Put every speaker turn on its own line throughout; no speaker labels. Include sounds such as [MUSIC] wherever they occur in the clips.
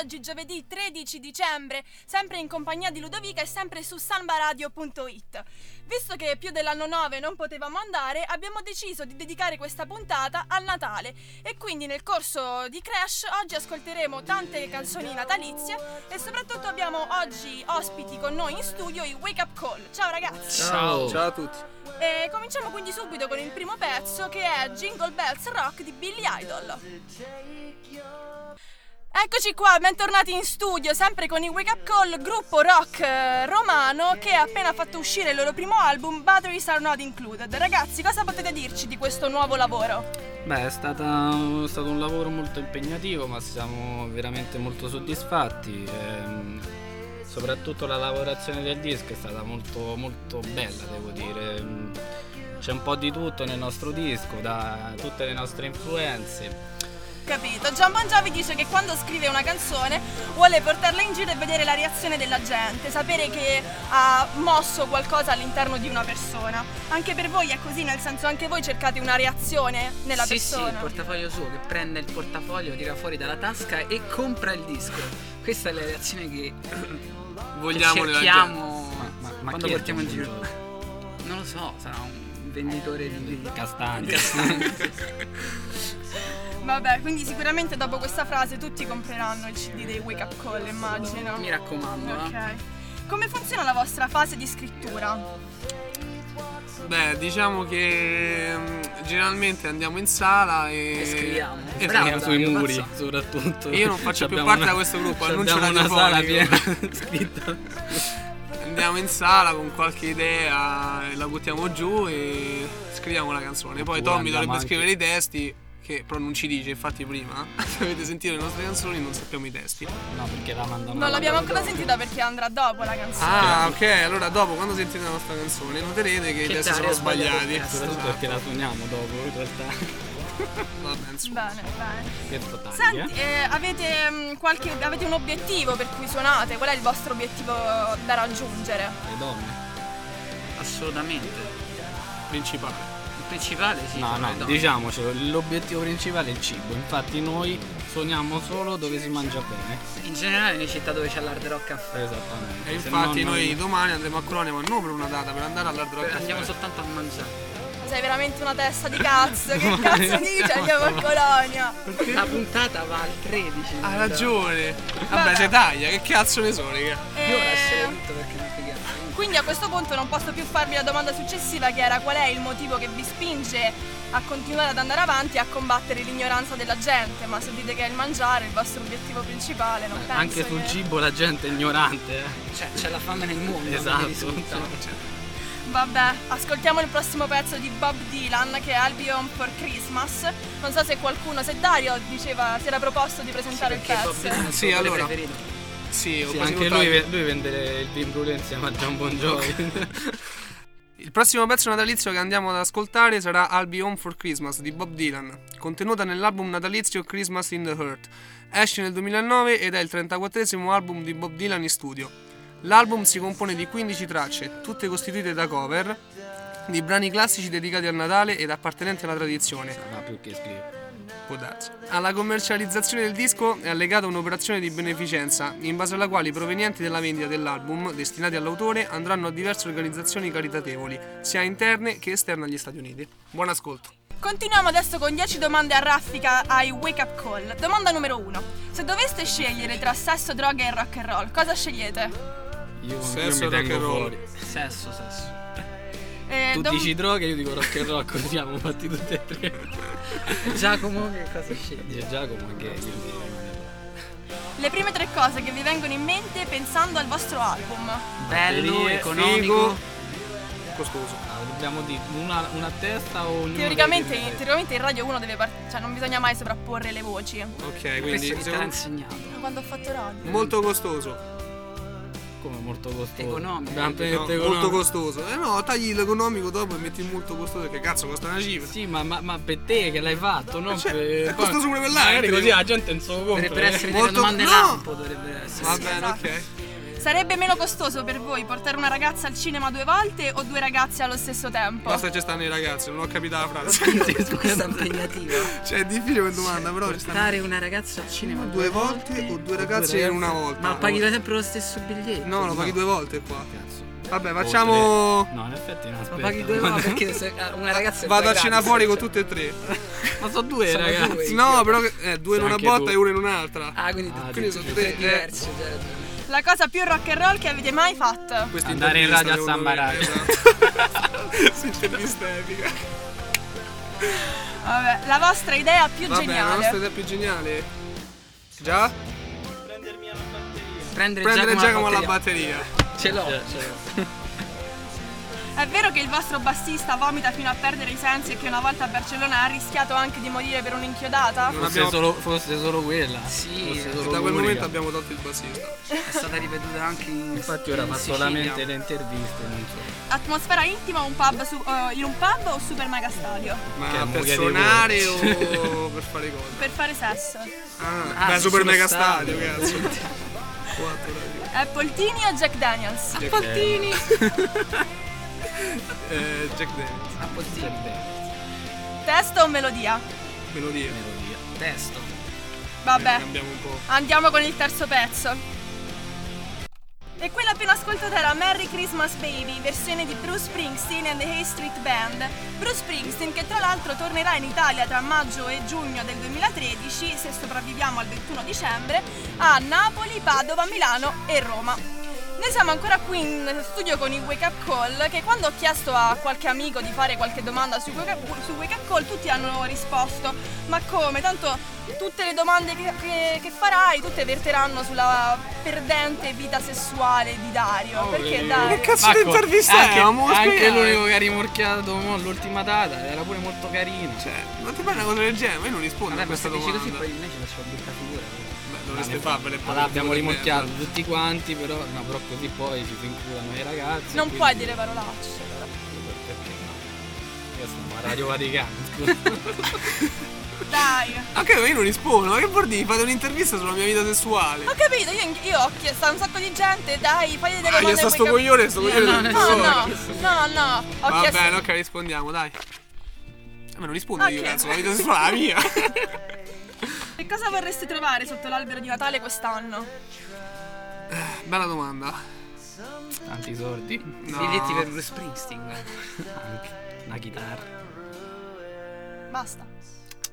oggi, giovedì 13 dicembre, sempre in compagnia di Ludovica e sempre su sambaradio.it. Visto che più dell'anno 9 non potevamo andare, abbiamo deciso di dedicare questa puntata al Natale e quindi nel corso di Crash oggi ascolteremo tante canzoni natalizie e soprattutto abbiamo oggi ospiti con noi in studio i Wake Up Call. Ciao ragazzi!
Ciao.
Ciao a tutti.
E cominciamo quindi subito con il primo pezzo che è Jingle Bells Rock di Billy Idol. Eccoci qua, bentornati in studio, sempre con i Wake Up Call, gruppo rock eh, romano che ha appena fatto uscire il loro primo album, Batteries Are Not Included. Ragazzi, cosa potete dirci di questo nuovo lavoro?
Beh, è, stata- è stato un lavoro molto impegnativo, ma siamo veramente molto soddisfatti. ehm, soprattutto la lavorazione del disco è stata molto, molto bella, devo dire. ehm, C'è un po' di tutto nel nostro disco, da tutte le nostre influenze.
Capito, Gian Bon Jovi dice che quando scrive una canzone vuole portarla in giro e vedere la reazione della gente, sapere che ha mosso qualcosa all'interno di una persona. Anche per voi è così, nel senso anche voi cercate una reazione nella
sì, sì, il
persona.
portafoglio suo che prende il portafoglio, tira fuori dalla tasca e compra il disco. Questa è la reazione che
Vogliamo nella gente.
cerchiamo quando
chi è
portiamo in
Gian
giro.
Bon Jovi?
Non lo so, sarà un venditore di
Eh. Castagne. [LAUGHS]
Vabbè, quindi sicuramente dopo questa frase tutti compreranno il CD dei Wake Up Call, immagino.
Mi raccomando, eh.
Ok. Come funziona la vostra fase di scrittura?
Beh, diciamo che mm, generalmente andiamo in sala e, Esatto.
E scriviamo.
E
Bravo,
scriviamo.
dai.
sui
Dario,
muri,
pazzo.
soprattutto.
Io non faccio più
Abbiamo
parte da questo gruppo, annuncio
abbiamo una sala piena [LAUGHS]
radiofonico.
scritta.
Andiamo in sala con qualche idea, la buttiamo giù e scriviamo la canzone. Poi
Oppure
Tommy dovrebbe
andiamo anche-
scrivere i testi, che però non ci dice, infatti prima, [LAUGHS] se avete sentito le nostre canzoni non sappiamo i testi.
No, perché la mandano
Non l'abbiamo ancora
dopo.
sentita perché andrà dopo la canzone.
Ah, ok, allora dopo quando sentite la nostra canzone noterete che, i
Che
testi
Dario
sono
ha sbagliato
sbagliati.
il testo.
Soprattutto perché la suoniamo dopo, in realtà. [LAUGHS]
Vabbè,
Ah.
insomma.
Bene, bene.
Questo taglia.
Senti, eh, avete, mm, qualche, avete un obiettivo per cui suonate? Qual è il vostro obiettivo da raggiungere?
Le donne.
Assolutamente.
Principale.
Il principale sì.
No,
sono le
no,
donne.
diciamocelo, l'obiettivo principale è il cibo. Infatti noi suoniamo solo dove si mangia bene.
In generale nelle città dove c'è l'hard rock caffè.
Esattamente.
E
Se
infatti
no non-
noi domani andremo a Colonia, ma non per una data, per andare all'Hard Rock Café.
Andiamo soltanto a mangiare.
Sei veramente una testa di cazzo,
[LAUGHS]
che cazzo dici? Andiamo a Colonia!
La puntata va al 13.
Ha ragione. Vabbè, se taglia, che cazzo ne so, raga.
Io
Eh,
lascerei tutto perché non figata.
quindi a questo punto non posso più farvi la domanda successiva che era qual è il motivo che vi spinge a continuare ad andare avanti e a combattere l'ignoranza della gente, ma se dite che è il mangiare, il vostro obiettivo principale, non penso
Anche sul
che-
cibo la gente è ignorante. eh.
Cioè, c'è la fame nel mondo. mi
Esatto.
risulta.
Vabbè, ascoltiamo il prossimo pezzo di Bob Dylan che è Albion for Christmas. Non so se qualcuno, se Dario diceva, si era proposto di presentare
Perché
il
Bob
pezzo.
Dylan è il
Sì,
suo
allora.
preferito.
Sì, ho
Sì,
quasi
anche lui,
votato.
ve- lui vende il team Brule insieme a Gian Bon [LAUGHS] Jovi.
Il prossimo pezzo natalizio che andiamo ad ascoltare sarà I'll Be Home for Christmas di Bob Dylan, contenuta nell'album natalizio Christmas in the Heart. Esce nel 2009 ed è il 34esimo album di Bob Dylan in studio. L'album si compone di 15 tracce, tutte costituite da cover di brani classici dedicati al Natale ed appartenenti alla tradizione.
Ma più che scrivo.
Può darsi. Alla commercializzazione del disco è allegata un'operazione di beneficenza, in base alla quale i provenienti della vendita dell'album, destinati all'autore, andranno a diverse organizzazioni caritatevoli, sia interne che esterne agli Stati Uniti. Buon ascolto.
Continuiamo adesso con 10 domande a raffica ai Wake Up Call. Domanda numero 1. Se doveste scegliere tra sesso, droga e rock and roll, cosa scegliete?
Io, io
Sesso,
mi
rock and
tengo
roll.
fuori.
Eh, Sesso, sesso.
Eh,
Tu
dom-
dici droga, io dico rock and roll, [LAUGHS] così siamo fatti tutti e tre.
Giacomo, che cosa scegli?
Dice Giacomo anche io direi.
Le prime tre cose che vi vengono in mente pensando al vostro album.
Bello,
Batterie,
economico.
Costoso.
Ah, dobbiamo dire una, una a testa o ognuno
Teoricamente,
deve dire-
teoricamente in radio uno deve partire, cioè non bisogna mai sovrapporre le voci.
Ok, quindi
Questo che te l'ha
secondo-
insegnato.
Quando ho fatto radio.
molto costoso.
come molto costoso
Economico.
Abbiamo appena
No,
detto
molto
economico.
costoso. Eh no, tagli l'economico dopo e metti il molto costoso, che cazzo costa una cifra.
Sì, ma, ma- ma per te che l'hai fatto, no?
Cioè,
per...
è costoso pure per l'altro.
Magari così la gente non se lo compra. eh.
Dovrebbero essere
Molto-
delle domande
no!
lampo, dovrebbero essere.
Va
Sì.
bene,
esatto.
ok.
Sarebbe meno costoso per voi portare una ragazza al cinema due volte o due ragazze allo stesso
Oh.
tempo?
Basta che ci stanno i ragazzi, non ho capito la frase. [LAUGHS]
Questa è impegnativa.
cioè, è difficile come domanda, però ci stanno.
Portare una ragazza al cinema
Due volte o due ragazze in una volta?
Ma paghi sempre lo stesso biglietto.
No, lo paghi due volte qua.
Cazzo.
Vabbè,
O
facciamo.
tre. No, in effetti no, aspetta.
Ma paghi
[LAUGHS]
due volte perché se- ah, una ragazza è
Vado
già
a cena
grande,
fuori con
cioè.
tutte e tre.
Ma sono due,
Sono
ragazzi.
due.
No, però eh, due in
Sì,
una
anche
botta
tu.
e una in un'altri
Ah, quindi,
Ah,
quindi
sì,
sono
sì,
tre
sì.
diversi. cioè.
La cosa più rock and roll che avete mai fatto?
Andare in radio a Samba Radio.
[LAUGHS] Sì, intervista epica.
Vabbè, la vostra idea più
Vabbè, la
geniale.
nostra idea più geniale. Già?
Prendere,
Prendere Giacomo alla
batteria.
batteria.
Ce l'ho, ce l'ho.
È vero che il vostro bassista vomita fino a perdere i sensi e che una volta a Barcellona ha rischiato anche di morire per un'inchiodata?
Non
Fosse,
abbiamo-
solo, fosse solo quella.
Sì,
Fosse
eh,
solo
Da quel
l'unica.
momento abbiamo tolto il bassista.
cioè, È stata ripetuta anche in
Infatti ora
in
fa
Sicilia.
solamente le interviste, non so.
Atmosfera intima o un pub su- eh, in un pub o super mega stadio?
Che
Ma per
mucchia di
suonare o per fare cosa?
[LAUGHS]
Per fare sesso.
Ah,
Ah,
beh,
sì,
super
sullo
mega stadio,
stadio.
cazzo.
[LAUGHS]
Quattro radio.
Appoltini o Jack Daniels?
Jack
Appoltini!
Eh, Jack Daniels,
A Pozzini.
Testo o melodia?
melodia.
Testo.
Vabbè,
Cambiamo un po'.
andiamo con il terzo pezzo. E quella appena ascoltata era Merry Christmas Baby, versione di Bruce Springsteen and the Hay Street Band. Bruce Springsteen che tra l'altro tornerà in Italia tra maggio e giugno del 2013, se sopravviviamo al 21 dicembre, a Napoli, Padova, Milano e Roma. Noi siamo ancora qui in studio con i Wake Up Call che quando ho chiesto a qualche amico di fare qualche domanda sui Wake Up, su wake up Call tutti hanno risposto ma come? Tanto tutte le domande che, che- che farai tutte verteranno sulla perdente vita sessuale di Dario perché Dario...
Che cazzo di intervista
anche,
è? Amo,
anche
spiegare.
l'unico che ha rimorchiato mo, l'ultima data, era pure molto carino.
Cioè, ma ti pare una cosa del genere? Ma io eh? non rispondo
Vabbè,
a
ma
questa
se dici
domanda.
così poi noi ci facciamo brutta figura. eh.
Beh, dovreste farvele poi.
abbiamo
Dovreste-
rimorchiato tutti quanti, però, no, però così poi ci si inculano i ragazzi.
non
quindi-
puoi dire parolacce
Perché no? Io sono a
[LAUGHS]
Radio Vaticano, scusa.
dai
Ok, ma io non rispondo. Ma che vuol dire? Fate un'intervista sulla mia vita sessuale.
ho capito io, io ho chiesto a un sacco di gente dai fai delle
Ah,
domande
io sto
ai Wake
sto
Up-
coglione, sto coglione.
no,
non
no
rispondo.
no no no ho
Va
chiesto
bene, ok, rispondiamo, dai. Eh, Ma non rispondo io,
Ok.
cazzo, la vita sessuale è la mia.
che cosa vorreste trovare sotto l'albero di Natale quest'anno?
[LAUGHS] Bella domanda.
Tanti soldi,
No.
Biglietti per Bruce Springsteen.
anche una chitarra.
Basta.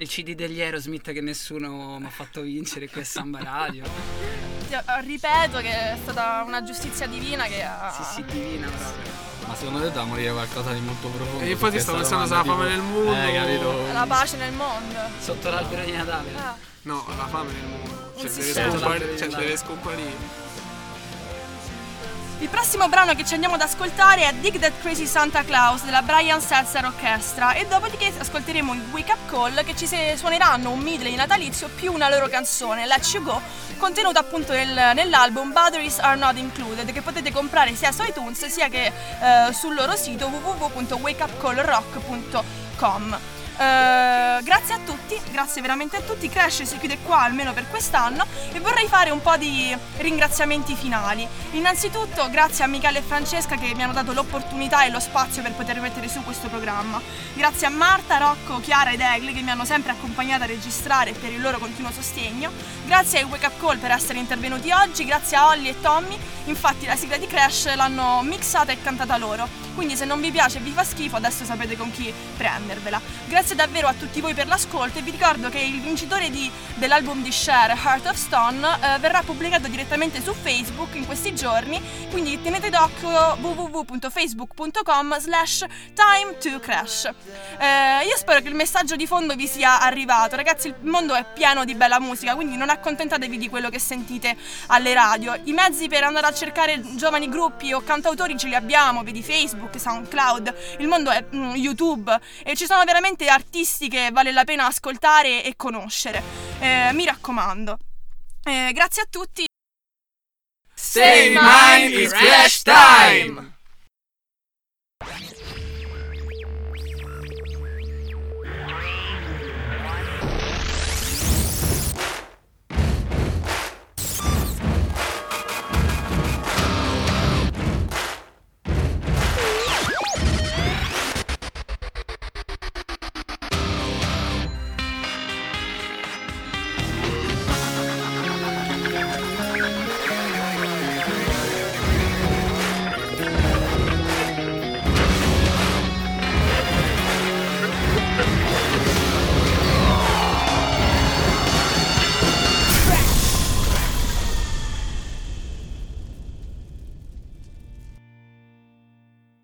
Il CD degli Aerosmith che nessuno mi ha fatto vincere qui a Samba Radio.
Ti- eh, Ripeto che è stata una giustizia divina che ha...
Sì, sì, divina proprio.
Ma secondo te deve morire qualcosa di molto profondo?
E
su
infatti
questa
stavo pensando se la
domanda,
fame nel
tipo,
mondo.
Eh, capito?
La pace nel mondo.
Sotto l'albero di Natale.
Ah,
No, la fame nel mondo. Cioè,
Non si
deve
sa.
scomparire. Cioè, deve scomparire.
Il prossimo brano che ci andiamo ad ascoltare è Dig That Crazy Santa Claus della Brian Setzer Orchestra e dopodiché ascolteremo il Wake Up Call che ci se- suoneranno un medley natalizio più una loro canzone, Let You Go, contenuta appunto nel- nell'album Batteries Are Not Included che potete comprare sia su iTunes sia che eh, sul loro sito www.wakeupcallrock.com. Eh, grazie a tutti, grazie veramente a tutti. Crash si chiude qua almeno per quest'anno e vorrei fare un po' di ringraziamenti finali. Innanzitutto grazie a Michele e Francesca che mi hanno dato l'opportunità e lo spazio per poter mettere su questo programma. Grazie a Marta, Rocco, Chiara ed Egli che mi hanno sempre accompagnata a registrare e per il loro continuo sostegno. Grazie ai Wake Up Call per essere intervenuti oggi, grazie a Olli e Tommy, infatti la sigla di Crash l'hanno mixata e cantata loro. Quindi se non vi piace e vi fa schifo adesso sapete con chi prendervela. Grazie davvero a tutti voi per l'ascolto e vi ricordo che il vincitore di- dell'album di Cher, Heart of Stone, eh, verrà pubblicato direttamente su Facebook in questi giorni, quindi tenete d'occhio www.facebook.com slash time to crash. Eh, io spero che il messaggio di fondo vi sia arrivato, ragazzi il mondo è pieno di bella musica, quindi non accontentatevi di quello che sentite alle radio. I mezzi per andare a cercare giovani gruppi o cantautori ce li abbiamo, vedi Facebook, SoundCloud, il mondo è mm, YouTube e ci sono veramente artisti che vale la pena ascoltare e conoscere. Eh, mi raccomando. Eh, grazie a tutti.
Stay in mind, it's crash time!